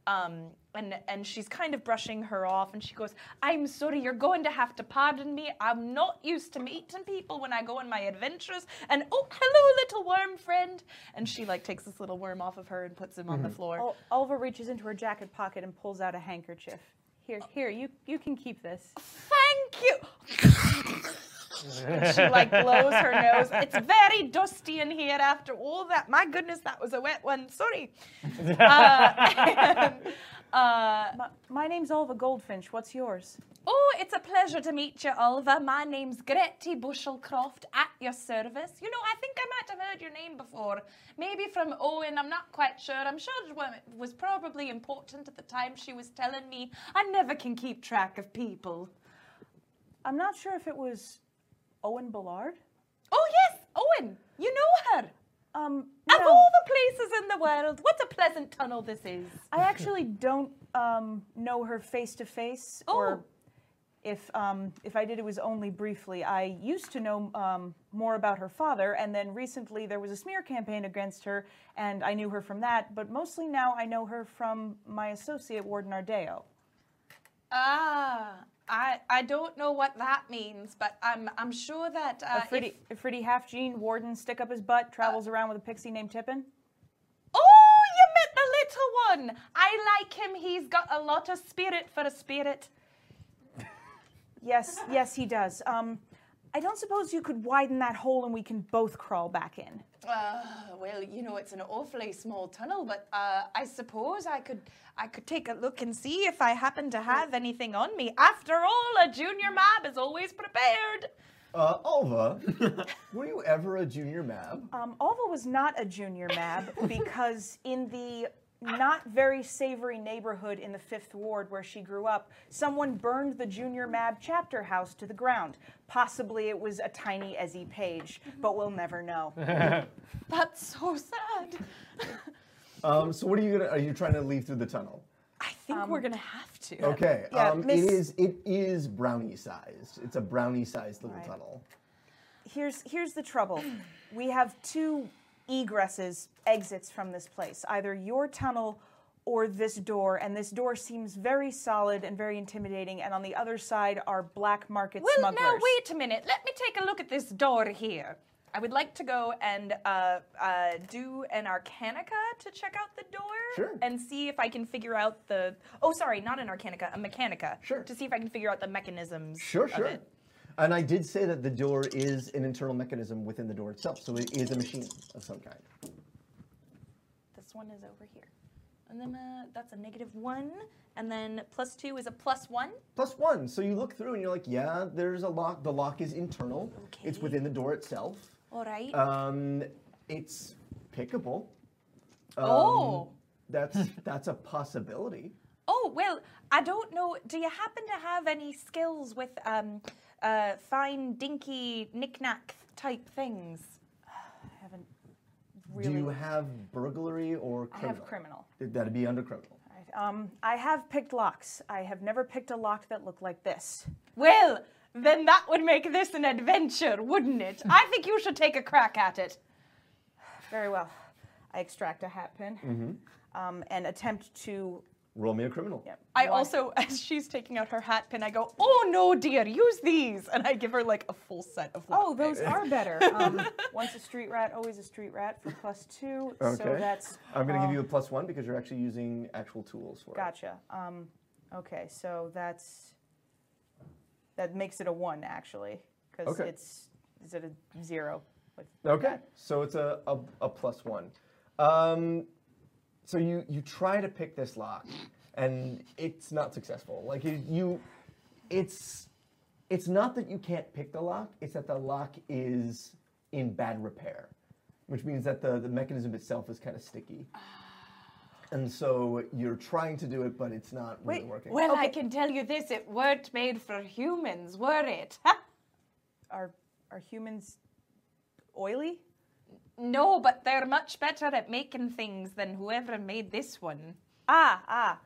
Um, and and she's kind of brushing her off, and she goes, "I'm sorry, you're going to have to pardon me. I'm not used to meeting people when I go on my adventures." And oh, hello, little worm friend. And she like takes this little worm off of her and puts him on the floor. Al- Alva reaches into her jacket pocket and pulls out a handkerchief. Here, here, you, you can keep this. Thank you. And she like blows her nose. It's very dusty in here after all that. My goodness, that was a wet one. Sorry. Uh, and, uh, My, my name's Olva Goldfinch. What's yours? Oh, it's a pleasure to meet you, Oliver. My name's Gretty Bushelcroft at your service. You know, I think I might have heard your name before. Maybe from Owen, I'm not quite sure. I'm sure it wa- was probably important at the time she was telling me. I never can keep track of people. I'm not sure if it was Owen Ballard. Oh, yes, Owen. You know her. Um, Of no, all the places in the world, what a pleasant tunnel this is. I actually don't um, know her face to face, or Oh. if um, if I did, it was only briefly. I used to know um, more about her father, and then recently there was a smear campaign against her, and I knew her from that. But mostly now I know her from my associate Warden Ardeo. Ah, I, I don't know what that means, but I'm, I'm sure that. Uh, A Fritty, a Fritty half gene warden, stick up his butt, travels around with a pixie named Tippin. Oh, you met the little one. I like him. He's got a lot of spirit for a spirit. Yes, yes, he does. Um, I don't suppose you could widen that hole and we can both crawl back in. Uh, well, you know, it's an awfully small tunnel, but uh, I suppose I could I could take a look and see if I happen to have anything on me. After all, a junior mob is always prepared. Uh, Alva, were you ever a junior mab? Um, Alva was not a junior mab because in the not very savory neighborhood in the Fifth Ward where she grew up, someone burned the junior mab chapter house to the ground. Possibly it was a tiny Ezzy Page, but we'll never know. That's so sad. Um, so what are you gonna? Are you trying to leave through the tunnel? I think we're gonna have to. Okay. Yeah, um, Miss- It is. It is brownie sized. It's a brownie sized little Right. tunnel. here's here's the trouble. We have two egresses, exits from this place. Either your tunnel or this door, and this door seems very solid and very intimidating. And on the other side are black market Well, smugglers. now wait a minute. Let me take a look at this door here. I would like to go and uh, uh, do an Arcanica to check out the door Sure. and see if I can figure out the. Oh, sorry, not an Arcanica, a Mechanica. Sure. To see if I can figure out the mechanisms. Sure, of sure. it. And I did say that the door is an internal mechanism within the door itself, so it is a machine of some kind. This one is over here, and then uh, that's a negative one, and then plus two is a plus one. Plus one. So you look through and you're like, yeah, there's a lock. The lock is internal. It's Okay. within the door itself. All right. Um, it's pickable. Um, oh. That's that's a possibility. Oh, well, I don't know. Do you happen to have any skills with um, uh, fine, dinky, knick-knack type things? I haven't really. Do you have burglary or I criminal? have criminal. That'd be under criminal. Um, I have picked locks. I have never picked a lock that looked like this. Well, then that would make this an adventure, wouldn't it? I think you should take a crack at it. Very well. I extract a hat pin Mm-hmm. um, and attempt to. Roll me a criminal. I also, as she's taking out her hat pin, I go, "Oh no, dear, use these," and I give her like a full set of. Oh, lockpicks. those are better. Um, once a street rat, always a street rat for plus two. So Okay. that's um, I'm gonna give you a plus one because you're actually using actual tools for it. Gotcha. Um, okay, so that's that makes it a one actually, because Okay. it's is it a zero? Like, Okay, so it's a, a, a plus one. Um, so you, you try to pick this lock, and it's not successful. Like you, you it's it's not that you can't pick the lock; it's that the lock is in bad repair, which means that the, the mechanism itself is kind of sticky. And so you're trying to do it, but it's not really working. Well, I can tell you this: it weren't made for humans, were it? Are are humans oily? no, but they're much better at making things than whoever made this one. Ah, ah.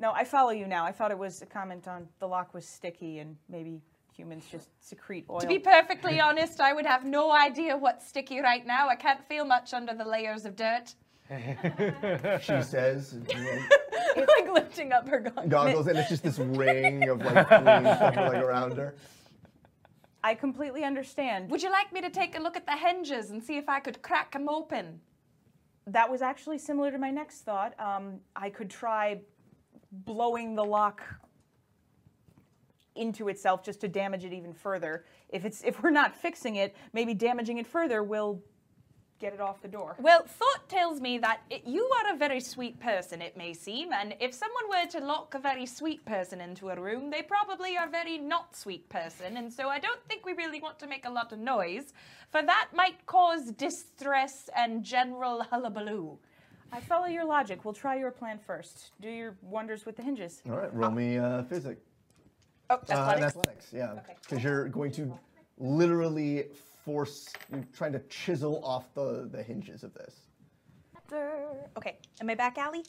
No, I follow you now. I thought it was a comment on the lock was sticky and maybe humans just secrete oil. To be perfectly honest, I would have no idea what's sticky right now. I can't feel much under the layers of dirt. she says, like lifting up her goggles. goggles, and it's just this ring of like green stuff like around her. I completely understand. Would you like me to take a look at the hinges and see if I could crack them open? That was actually similar to my next thought. Um, I could try blowing the lock into itself just to damage it even further. If it's if we're not fixing it, maybe damaging it further will get it off the door. Well, thought tells me that it, you are a very sweet person, it may seem, and if someone were to lock a very sweet person into a room, they probably are a very not sweet person, and so I don't think we really want to make a lot of noise, for that might cause distress and general hullabaloo. I follow your logic. We'll try your plan first. Do your wonders with the hinges. All right, roll me uh, physics. Oh, that's Uh, and funny. athletics, yeah. Because you're going to literally force, you're trying to chisel off the, the hinges of this. Okay, am I back, Allie?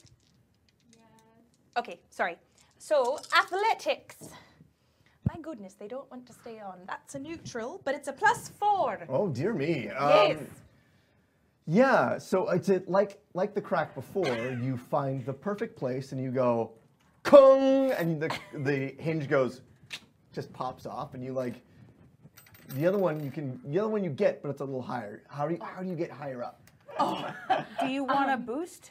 Okay, sorry. So, athletics. My goodness, they don't want to stay on. That's a neutral, but it's a plus four. Oh, dear me. Yes. Um, Yeah, so it's it, like like the crack before, you find the perfect place and you go, kung, and the, the hinge goes, just pops off, and you like, the other one you can, the other one you get, but it's a little higher. How do you, how do you get higher up? Do you Um, want a boost?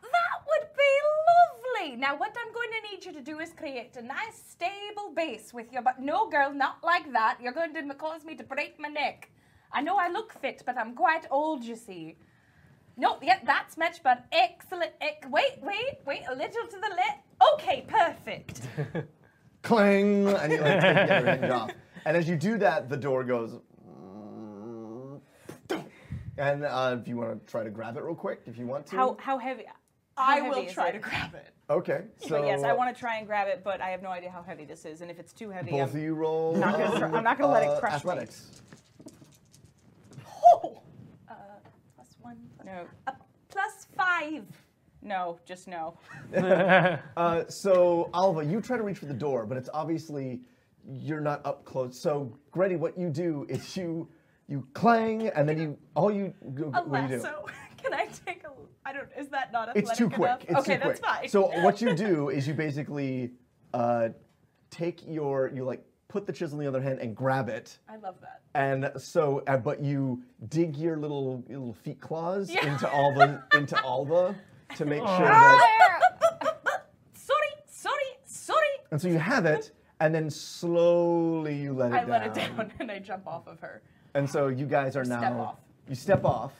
That would be lovely. Now, what I'm going to need you to do is create a nice stable base with your butt. No, girl, not like that. You're going to cause me to break my neck. I know I look fit, but I'm quite old, you see. No, yeah, that's much but excellent. Ec- wait, wait, wait, a little to the left. Okay, perfect. clang, and you like take the other hinge off. And as you do that, the door goes. And uh, if you want to try to grab it real quick, if you want to. How how heavy? I heavy will is try it? to grab it. Okay, so But yes, I want to try and grab it, but I have no idea how heavy this is, and if it's too heavy, both of um, I'm, you roll. uh, not gonna try- I'm not gonna let it crush me. athletics. Plus one, plus, no, uh, plus five. no, just no. Uh, so Alva, you try to reach for the door, but it's obviously you're not up close. So Gretty, what you do is you you clang, and then you all you A what do you do? lasso. Can I take a? I don't. Is that not athletic It's too enough? quick. It's okay, too that's quick. fine. So what you do is you basically uh, take your you like put the chisel in the other hand and grab it, I love that. and so uh, but you dig your little your little feet claws into all the into Alva to make sure that, sorry, sorry, sorry. and so you have it, and then slowly you let it I down. let it down and I jump off of her. And so you guys are now step off. Uh-huh. you step off,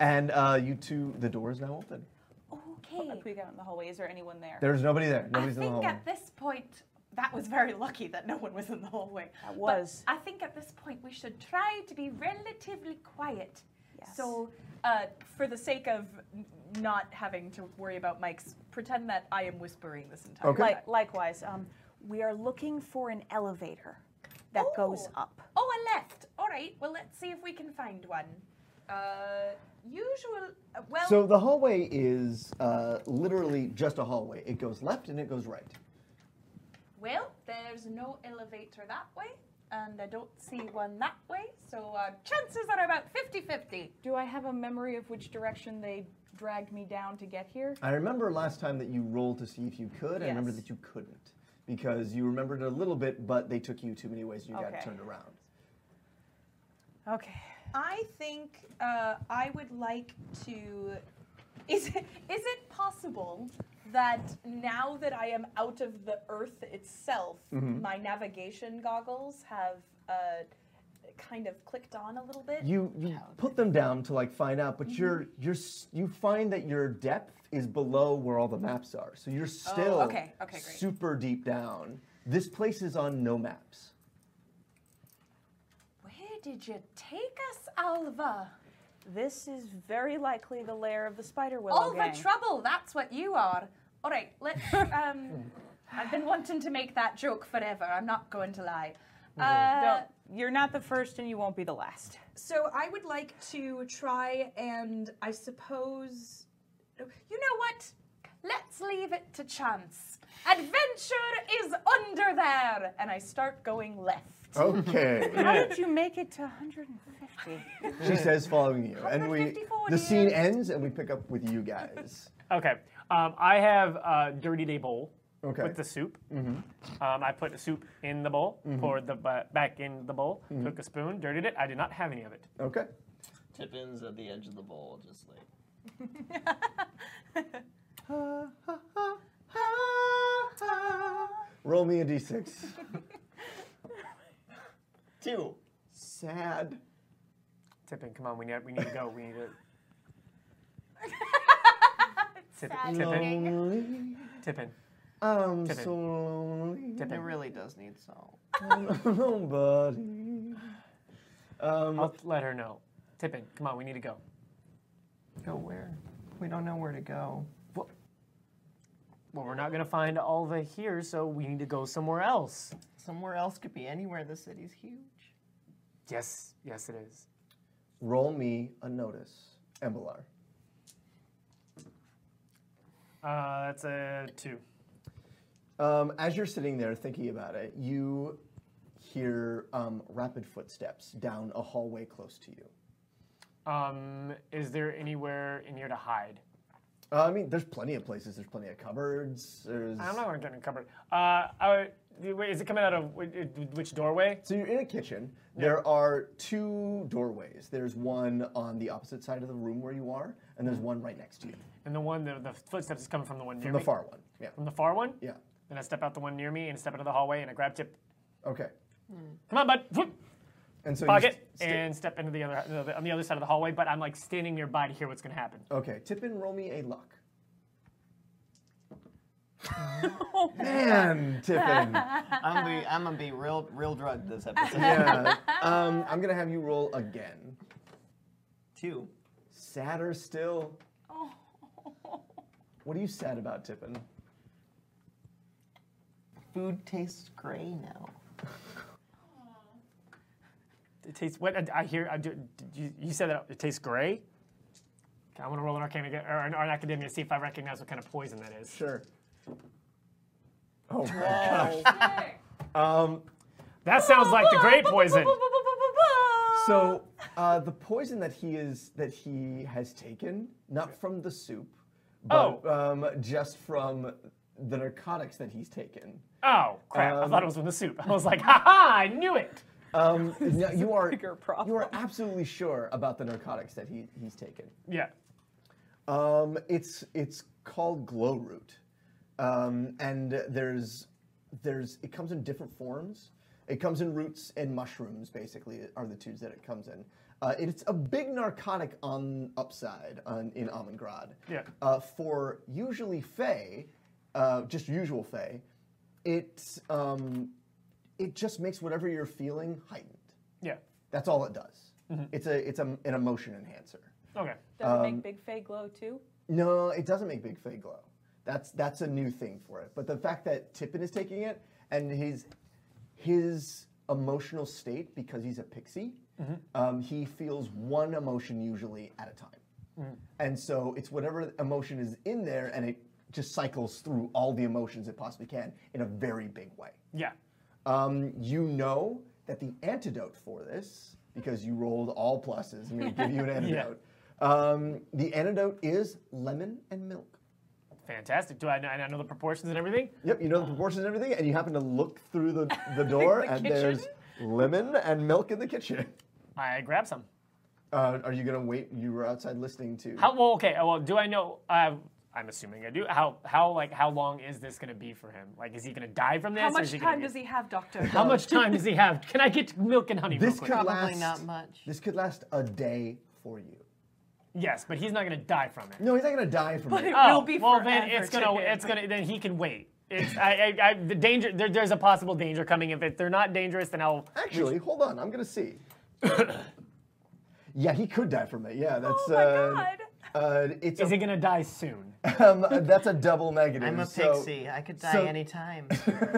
and uh, you two the door is now open. Okay. If we go out in the hallway, is there anyone there? There's nobody there. I Nobody's in the think hallway. at this point, that was very lucky that no one was in the hallway. That was. I think at this point we should try to be relatively quiet. Yes. So, uh, for the sake of n- not having to worry about mics, pretend that I am whispering this entire Okay. time. Like, likewise, um, we are looking for an elevator that goes Oh. up. Oh, a left. All right. Well, let's see if we can find one. Uh, usual. uh, well. So the hallway is uh, literally just a hallway. It goes left and it goes right. Well, there's no elevator that way, and I don't see one that way, so uh, chances are about 50 50. Do I have a memory of which direction they dragged me down to get here? I remember last time that you rolled to see if you could. I remember Yes. that you couldn't because you remembered a little bit, but they took you too many ways. and You Okay. got turned around. Okay. I think uh, I would like to. Is it, is it possible that now that I am out of the earth itself, my navigation goggles have uh, kind of clicked on a little bit? You you put them down to like find out, Mm-hmm. but you're you're s- you find that your depth is below where all the maps are. So you're still Oh, okay, okay, great. super deep down. This place is on no maps. Where did you take us, Alva? This is very likely the lair of the spider willow All gang. the trouble, that's what you are. All right, let's. Um, I've been wanting to make that joke forever, I'm not going to lie. Uh, Don't- you're not the first, and you won't be the last. so I would like to try and I suppose. You know what? Let's leave it to chance. Adventure is under there! And I start going left. Okay. How did you make it to 150? she says, following you, and we 154 the scene years. ends, and we pick up with you guys. Okay. Um, I have a dirty day bowl Okay. with the soup. Um, I put the soup in the bowl, poured the ba- back in the bowl, took a spoon, dirtied it. I did not have any of it. Okay. Tip ins at the edge of the bowl, just like. Roll me a d6. Two. Sad. Tipping, come on, we need, we need to go. We need to. Tipping, Sad Tipping, Lonely. Tipping. I'm Tippin. so lonely. It Tipping. really does need salt. Nobody. Um, I'll let her know. Tipping, come on, we need to go. Go where? We don't know where to go. Well, well, we're not gonna find Alva here, so we need to go somewhere else. Somewhere else could be anywhere. The city's huge. Yes, yes, it is. roll me a notice, Embalar. Uh, that's a two. Um, as you're sitting there thinking about it, you hear um, rapid footsteps down a hallway close to you. Um, is there anywhere in here to hide? Uh, I mean, there's plenty of places. There's plenty of cupboards. There's. I'm not gonna get in a cupboard. Uh, I, wait, is it coming out of wh- wh- which doorway? So you're in a kitchen. There are two doorways. There's one on the opposite side of the room where you are, and Mm-hmm. there's one right next to you, And the one, the, the footsteps is coming from the one near the me. far one. Yeah. From the far one. Yeah. Then I step out the one near me and step out of the hallway and I grab Tip. Okay. Come on, bud. Whoop. And so Pocket you st- sti- and step into the other the- the- on the other side of the hallway. But I'm like standing nearby to hear what's gonna happen. Okay, tip in, roll me a luck. Oh, Man, Tippin. I'm be, I'm gonna be real real drugged this episode. Yeah. Um, I'm gonna have you roll again. Two. Sadder still. Oh. What are you sad about, Tippin? Food tastes gray now. It tastes what I, I hear. I do, did you, you said that it tastes gray. Okay, I want to roll an arcana aga- or an, or an academia to see if I recognize what kind of poison that is. Sure. Oh my gosh. Um, That sounds like the great poison. so uh, the poison that he is that he has taken, not from the soup, Oh. but um, just from the narcotics that he's taken. Oh crap! I thought it was from the soup. I was like, ha ha! I knew it. Um, no, you are bigger problem. you are absolutely sure about the narcotics that he, he's taken. Yeah. Um, it's it's called glow root, um, and there's there's it comes in different forms. It comes in roots and mushrooms, basically, are the tubes that it comes in. Uh, it's a big narcotic on upside on, in Amongrad. Yeah. Uh, for usually Fey, uh, just usual Fey, it um, it just makes whatever you're feeling heightened. Yeah. That's all it does. It's a it's a, an emotion enhancer. Okay. Does it make Big Fay glow too? No, it doesn't make Big Fay glow. That's that's a new thing for it. But the fact that Tippin is taking it and his his emotional state because he's a pixie, um, he feels one emotion usually at a time, and so it's whatever emotion is in there, and it just cycles through all the emotions it possibly can in a very big way. Yeah. Um, you know that the antidote for this, because you rolled all pluses, I'm going to give you an antidote. um, the antidote is lemon and milk. Fantastic. Do I, and I know the proportions and everything? Yep, you know the proportions and everything, and you happen to look through the, the door, and there's lemon and milk in the kitchen. I grab some. Uh, are you going to wait? You were outside listening to. How, well, okay. Well, do I know? Uh, I'm assuming I do. How how like how long is this gonna be for him? Like, is he gonna die from this? How or much is he gonna time get- does he have, Doctor? How much time does he have? Can I get milk and honey? real this quick? could Probably last, not much. This could last a day for you. Yes, but he's not gonna die from it. No, he's not going to die from it. Oh, will be well then forever it's gonna to him. it's gonna then he can wait. It's I, I, I the danger there, there's a possible danger coming. If it, they're not dangerous, then I'll Actually, hold on. I'm gonna see. yeah, he could die from it. Yeah, that's. Oh my uh, God. Uh, it's is a, he gonna die soon? um, that's a double negative. I'm a so- pixie. I could die so- any time.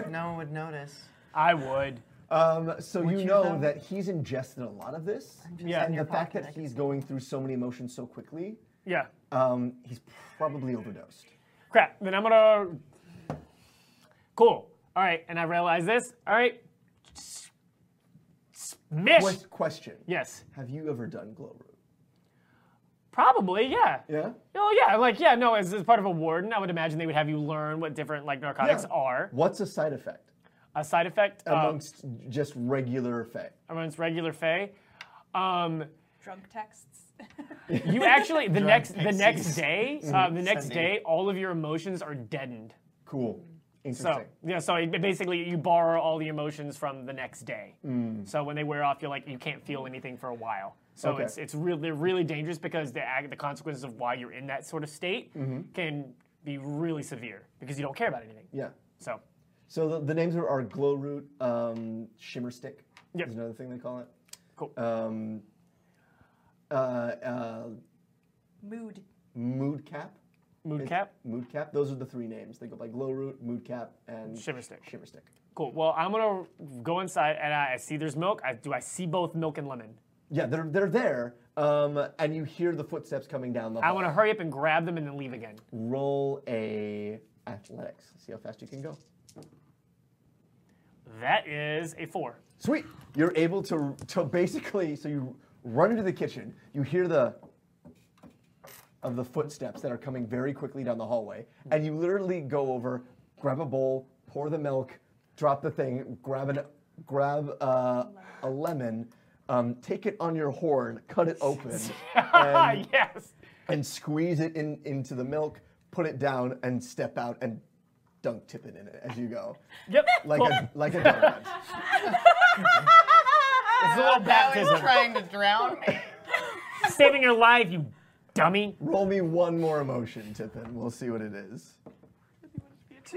no one would notice. I would. Um, so you you know though? that he's ingested a lot of this, Yeah. in and your the fact pocket, I that can he's going through so many emotions so quickly, Yeah. um, he's probably overdosed. Crap. Then I'm gonna. Cool. All right, and I realize this. All right. S- Smish. Quest- question: Yes. Have you ever done glow root? Probably. Yeah. Yeah. Oh yeah. Like yeah. No. As, as part of a warden, I would imagine they would have you learn what different like narcotics Yeah. are. What's a side effect A side effect uh, amongst just regular effect? amongst regular Fey. Um, Drunk texts. you actually the next the next pixies. day uh, the next Sending. day all of your emotions are deadened. Cool. So Interesting. yeah, so it, basically you borrow all the emotions from the next day. So when they wear off, you're like you can't feel anything for a while. So Mm. Okay. it's it's really they're really dangerous because the ag- the consequences of why you're in that sort of state can be really severe because you don't care about anything. Mm-hmm. yeah. So So the, the names are, are glow root, um, shimmer stick. Yep. Is another thing they call it. cool. Um, uh, uh, Mood. mood cap. Mood cap. Mood cap. Those are the three names. They go by glow root, mood cap, and Shimmer stick. Shimmer stick. Cool. Well, I'm gonna go inside and I, I see there's milk. I, do I see both milk and lemon? Yeah, they're they're there, um, and you hear the footsteps coming down the hall. I want to hurry up and grab them and then leave again. roll a athletics. See how fast you can go. That is a four. Sweet. You're able to to basically so you run into the kitchen. You hear the of the footsteps that are coming very quickly down the hallway, and you literally go over, grab a bowl, pour the milk, drop the thing, grab an grab uh, a lemon, um, take it on your horn, cut it open, Ah, and, yes. and squeeze it in into the milk, put it down, and step out and dunk tip it in it as you go, Yep. like cool. a like a donut. It's a little baptism. trying to drown me. Saving your life, you dummy. Roll me one more emotion, Tippin. We'll see what it is.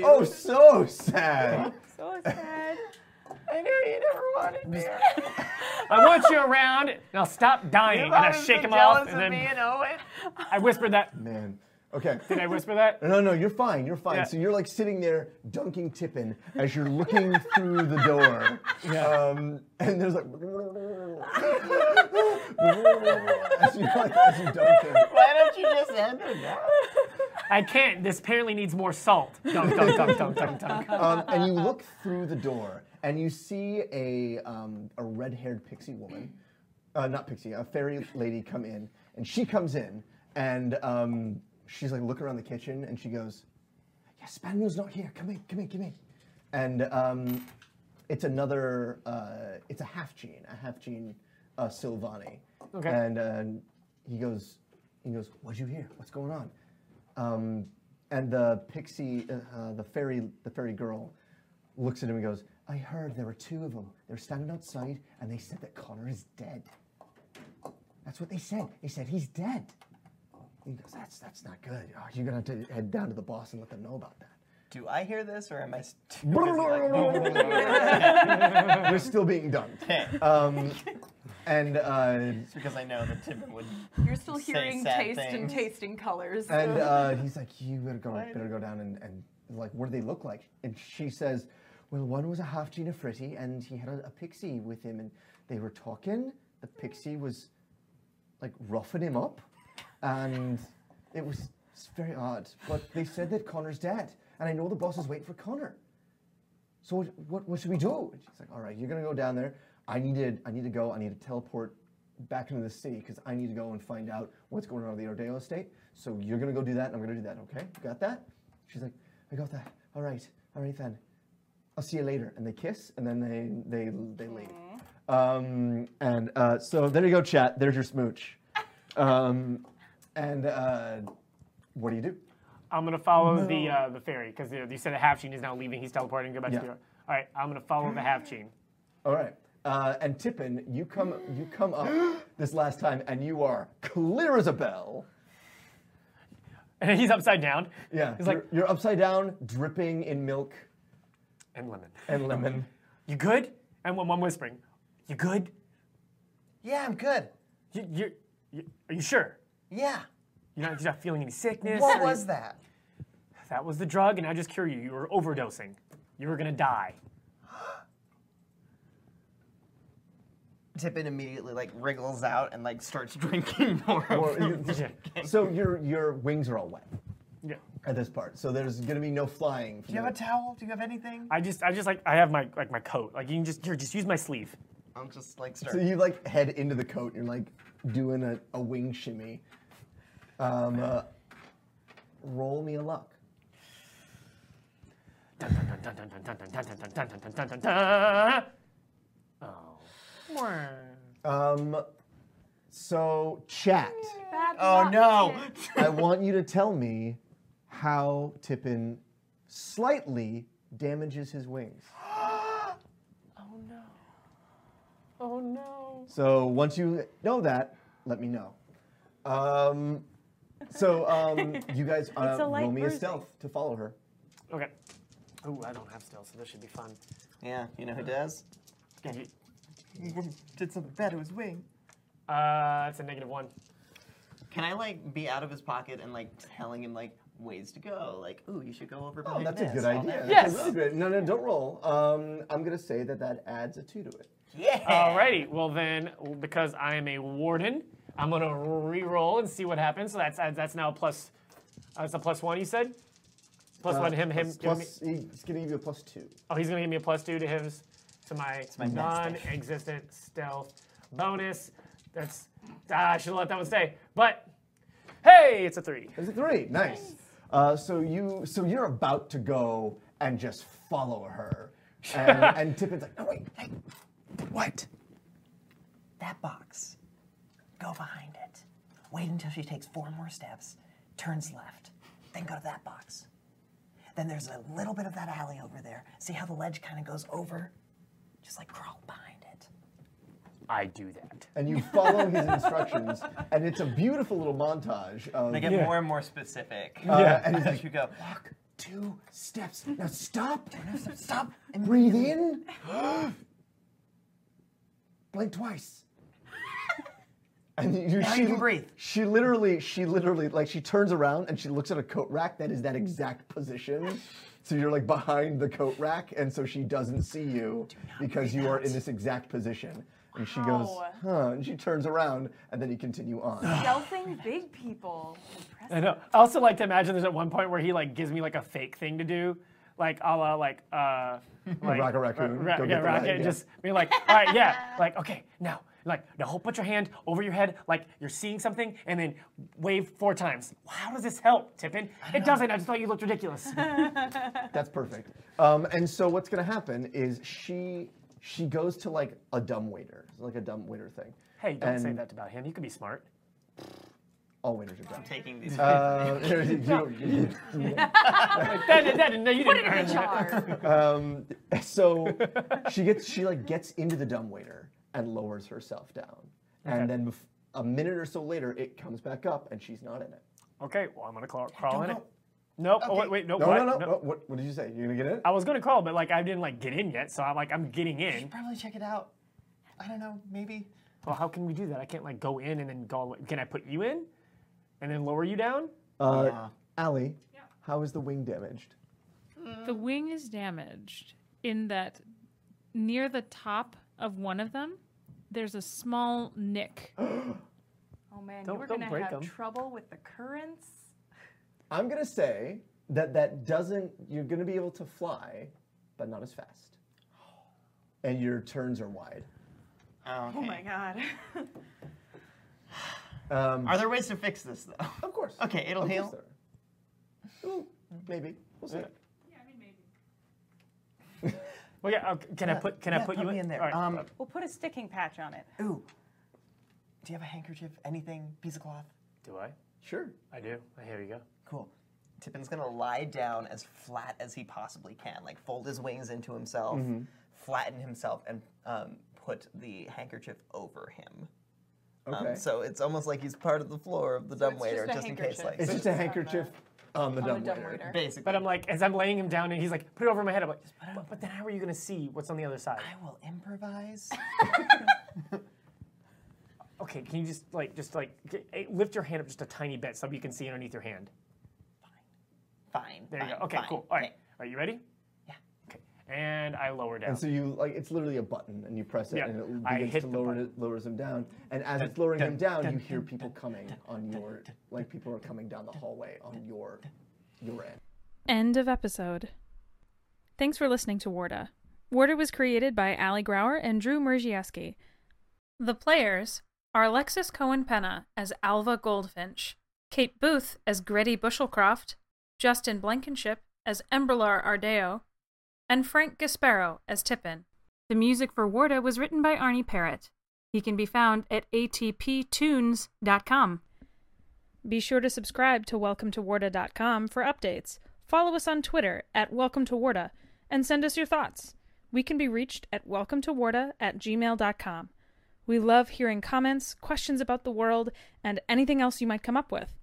Oh, so sad. So sad. I knew you never wanted me. I want you around, and I'll stop dying. And I shake him off, and then me and Owen. I whispered that. Man. Okay. Did I whisper that? No, no, you're fine. You're fine. Yeah. So you're like sitting there dunking Tippin as you're looking through the door. Um, and there's like. as, you, like as you dunk him. Why don't you just end it now? I can't. This apparently needs more salt. Dunk, dunk, dunk, dunk, dunk, dunk. Um, and you look through the door and you see a, um, a red haired pixie woman, uh, not pixie, a fairy lady come in. And she comes in and um, she's like looking around the kitchen and she goes, Yeah, Spaniel's not here. Come in, come in, come in. And um, it's another, uh, it's a half gene, a half gene uh, Silvani. Okay. And uh, he goes, he goes, what'd you hear? What's going on? Um, and the pixie, uh, uh, the fairy, the fairy girl, looks at him and goes, "I heard there were two of them. They were standing outside, and they said that Connor is dead. That's what they said. They said he's dead." He goes, "That's that's not good. Oh, you're gonna have to head down to the boss and let them know about that." Do I hear this, or am I? St- They're still being dunked. Uh, Um, and uh, it's because I know that Tippin would. You're still Say hearing sad taste and things. tasting colors. And uh, he's like, you better go, better go down and, and like, what do they look like? And she says, well, one was a half Gina Fritti, and he had a, a pixie with him, and they were talking. The pixie was like roughing him up, and it was it's very odd. But they said that Connor's dead, and I know the boss is waiting for Connor. So what, what, what should we do? And she's like, all right, you're gonna go down there. I need to, I need to go. I need to teleport back into the city because I need to go and find out what's going on with the Ordeo estate. So you're gonna go do that, and I'm gonna do that. Okay, you got that? She's like, I got that. All right, all right then. I'll see you later. And they kiss, and then they they they leave. Um, and uh, so there you go, chat. There's your smooch. Um, and uh, what do you do? I'm gonna follow the uh, the fairy because you, you said the half gene is now leaving. He's teleporting. Go back Yeah. to the. All right, I'm gonna follow the half gene. All right. Uh, and Tippin, you come you come up this last time, and you are clear as a bell. And he's upside down. Yeah, He's you're, like you're upside down, dripping in milk and lemon. and lemon. You good? And one, one whispering. You good? Yeah, I'm good. You, you, you are you sure? Yeah. You're not, you're not feeling any sickness. What or- was that? That was the drug, and I just cure you. You were overdosing. You were gonna die. Tippin immediately like wriggles out and like starts drinking more. Or of the you- so your your wings are all wet Yeah. at this part. So there's gonna be no flying. Do you have a towel? Do you have anything? I just, I just like, I have my like my coat. Like you can just, here, just use my sleeve. I'll just like start. So you like head into the coat. and You're like doing a, a wing shimmy. Um, uh, roll me a luck. Dun, dun, dun, dun, dun, dun, dun, dun, dun, dun, dun, dun, dun, dun, dun, dun. Oh. Mwah. Um, so chat. Bad oh luck. no! I want you to tell me how Tippin slightly damages his wings. Oh no. So once you know that, let me know. Um, so um, you guys uh, a light roll me a bruising. stealth to follow her. Okay. Ooh, I don't have stealth, so this should be fun. Yeah, you know who does? Yeah, you- Did something bad to his wing. Uh, that's a negative one. Can I like be out of his pocket and like telling him like ways to go? Like, ooh, you should go over Oh, behind that's a this, good all idea. that. That's a really good- No, no, don't roll. Um, I'm gonna say that that adds a two to it. Yeah. Alrighty. Well then, because I am a warden, I'm gonna re-roll and see what happens. So that's that's now a plus. Uh, it's a plus one. You said. Plus Uh, one. Him. Him. plus- giving me- plus- he's gonna give you a plus two. Oh, he's gonna give me a plus two to his to my, my best non-existent stealth bonus. That's ah, I should have let that one stay. But hey, it's a three. It's a three. Nice. Uh, so you, so you're about to go and just follow her, and, and Tippin's like, "No wait, hey, What? That box. Go behind it. Wait until she takes four more steps, turns left, then go to that box. Then there's a little bit of that alley over there. See how the ledge kind of goes over? Just like crawl behind it. I do that. and you follow his instructions, and it's a beautiful little montage. Of, They get more and more specific. Yeah. and he's as you go. Walk two steps. Now stop. Stop. And breathe in. Blink twice. And you, Now she, you can breathe. She literally, she literally, like she turns around and she looks at a coat rack that is that exact position. So you're like behind the coat rack, and so she doesn't see you because you are in this exact position. And she goes, Wow. huh? And she turns around, and then you continue on. Stealthing big people. I know. I also like to imagine there's at one point where he like gives me like a fake thing to do, like a la like uh, like Rocket Raccoon, ra- go yeah, get the Rocket, ride, yeah. just being like, all right, yeah, like okay, now, like now, hold, put your hand over your head, like you're seeing something, and then wave four times. How does this help, Tippin? It doesn't. I just thought you looked ridiculous. That's perfect. Um, and so what's gonna happen is she she goes to like a dumb waiter, like a dumb waiter thing. hey, don't say And- that about him. He could be smart. All waiters are dumb. Taking these. Uh, you- Like, that, that, no, you didn't earn that. HR. um, so she gets she like gets into the dumb waiter and lowers herself down, Okay. and then bef- a minute or so later it comes back up and she's not in it. Okay, well I'm gonna crawl, crawl in it. no. Nope. Oh wait, wait, no, No, what? no, no, no. What, what did you say? You're gonna get in it? I was gonna crawl, but like I didn't like get in yet, so I'm like I'm getting in. Probably check it out. I don't know. Maybe. Well, how can we do that? I can't like go in and then go. all the way- Can I put you in, and then lower you down? Uh, Yeah. Allie, how is the wing damaged? The wing is damaged in that near the top of one of them, there's a small nick. Oh man, Don't- you were don't gonna break have 'em. trouble with the currents. I'm gonna say that that doesn't. You're gonna be able to fly, but not as fast. And your turns are wide. Oh my god. Um, Are there ways to fix this though? of course. Okay, it'll Of course heal. there are. Ooh, maybe we'll see. Well, yeah. Okay. Can I put? Can I yeah, put, put you me in in there. All right. Um, We'll put a sticking patch on it. Ooh. Do you have a handkerchief? Anything? Piece of cloth? do I? Sure. I do. Uh, Here you go. Cool. Tippin's gonna lie down as flat as he possibly can, like fold his wings into himself, Mm-hmm. flatten himself, and um, put the handkerchief over him. Um, Okay. so it's almost like he's part of the floor of the dumb it's waiter, just a just, in case, handkerchief. like it's just a handkerchief on the dumb dumb waiter. waiter. basically. But I'm like, as I'm laying him down, and he's like, put it over my head. I'm like, but, but then how are you gonna see what's on the other side? I will improvise. Okay. Can you just like, just like, g- eh, lift your hand up just a tiny bit so you can see underneath your hand? fine. There you fine, go. Okay. fine. Cool. All right. Okay. Are you ready? Yeah. Okay. And I lower down. And so you like it's literally a button, and you press it, Yeah, and it I begins hit to the lower button. it, lowers him down. And as it's lowering him down, you hear people coming on your like people are coming down the hallway on your your end. End of episode. Thanks for listening to Warda. Warda was created by Ali Grauer and Drew Merzieski. The players are Alexis Cohen Penna as Alva Goldfinch, Kate Booth as Gretty Bushelcroft, Justin Blankenship as Emberlar Ardeo, and Frank Gasparo as Tippin. The music for Warda was written by Arnie Parrott. He can be found at atptunes.com. Be sure to subscribe to WelcomeToWarda.com for updates. Follow us on Twitter at WelcomeToWarda and send us your thoughts. We can be reached at welcometowarda at gmail.com. We love hearing comments, questions about the world, and anything else you might come up with.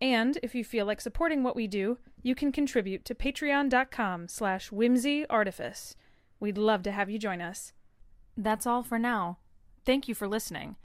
And if you feel like supporting what we do, you can contribute to patreon.com slash whimsyartifice. We'd love to have you join us. That's all for now. Thank you for listening.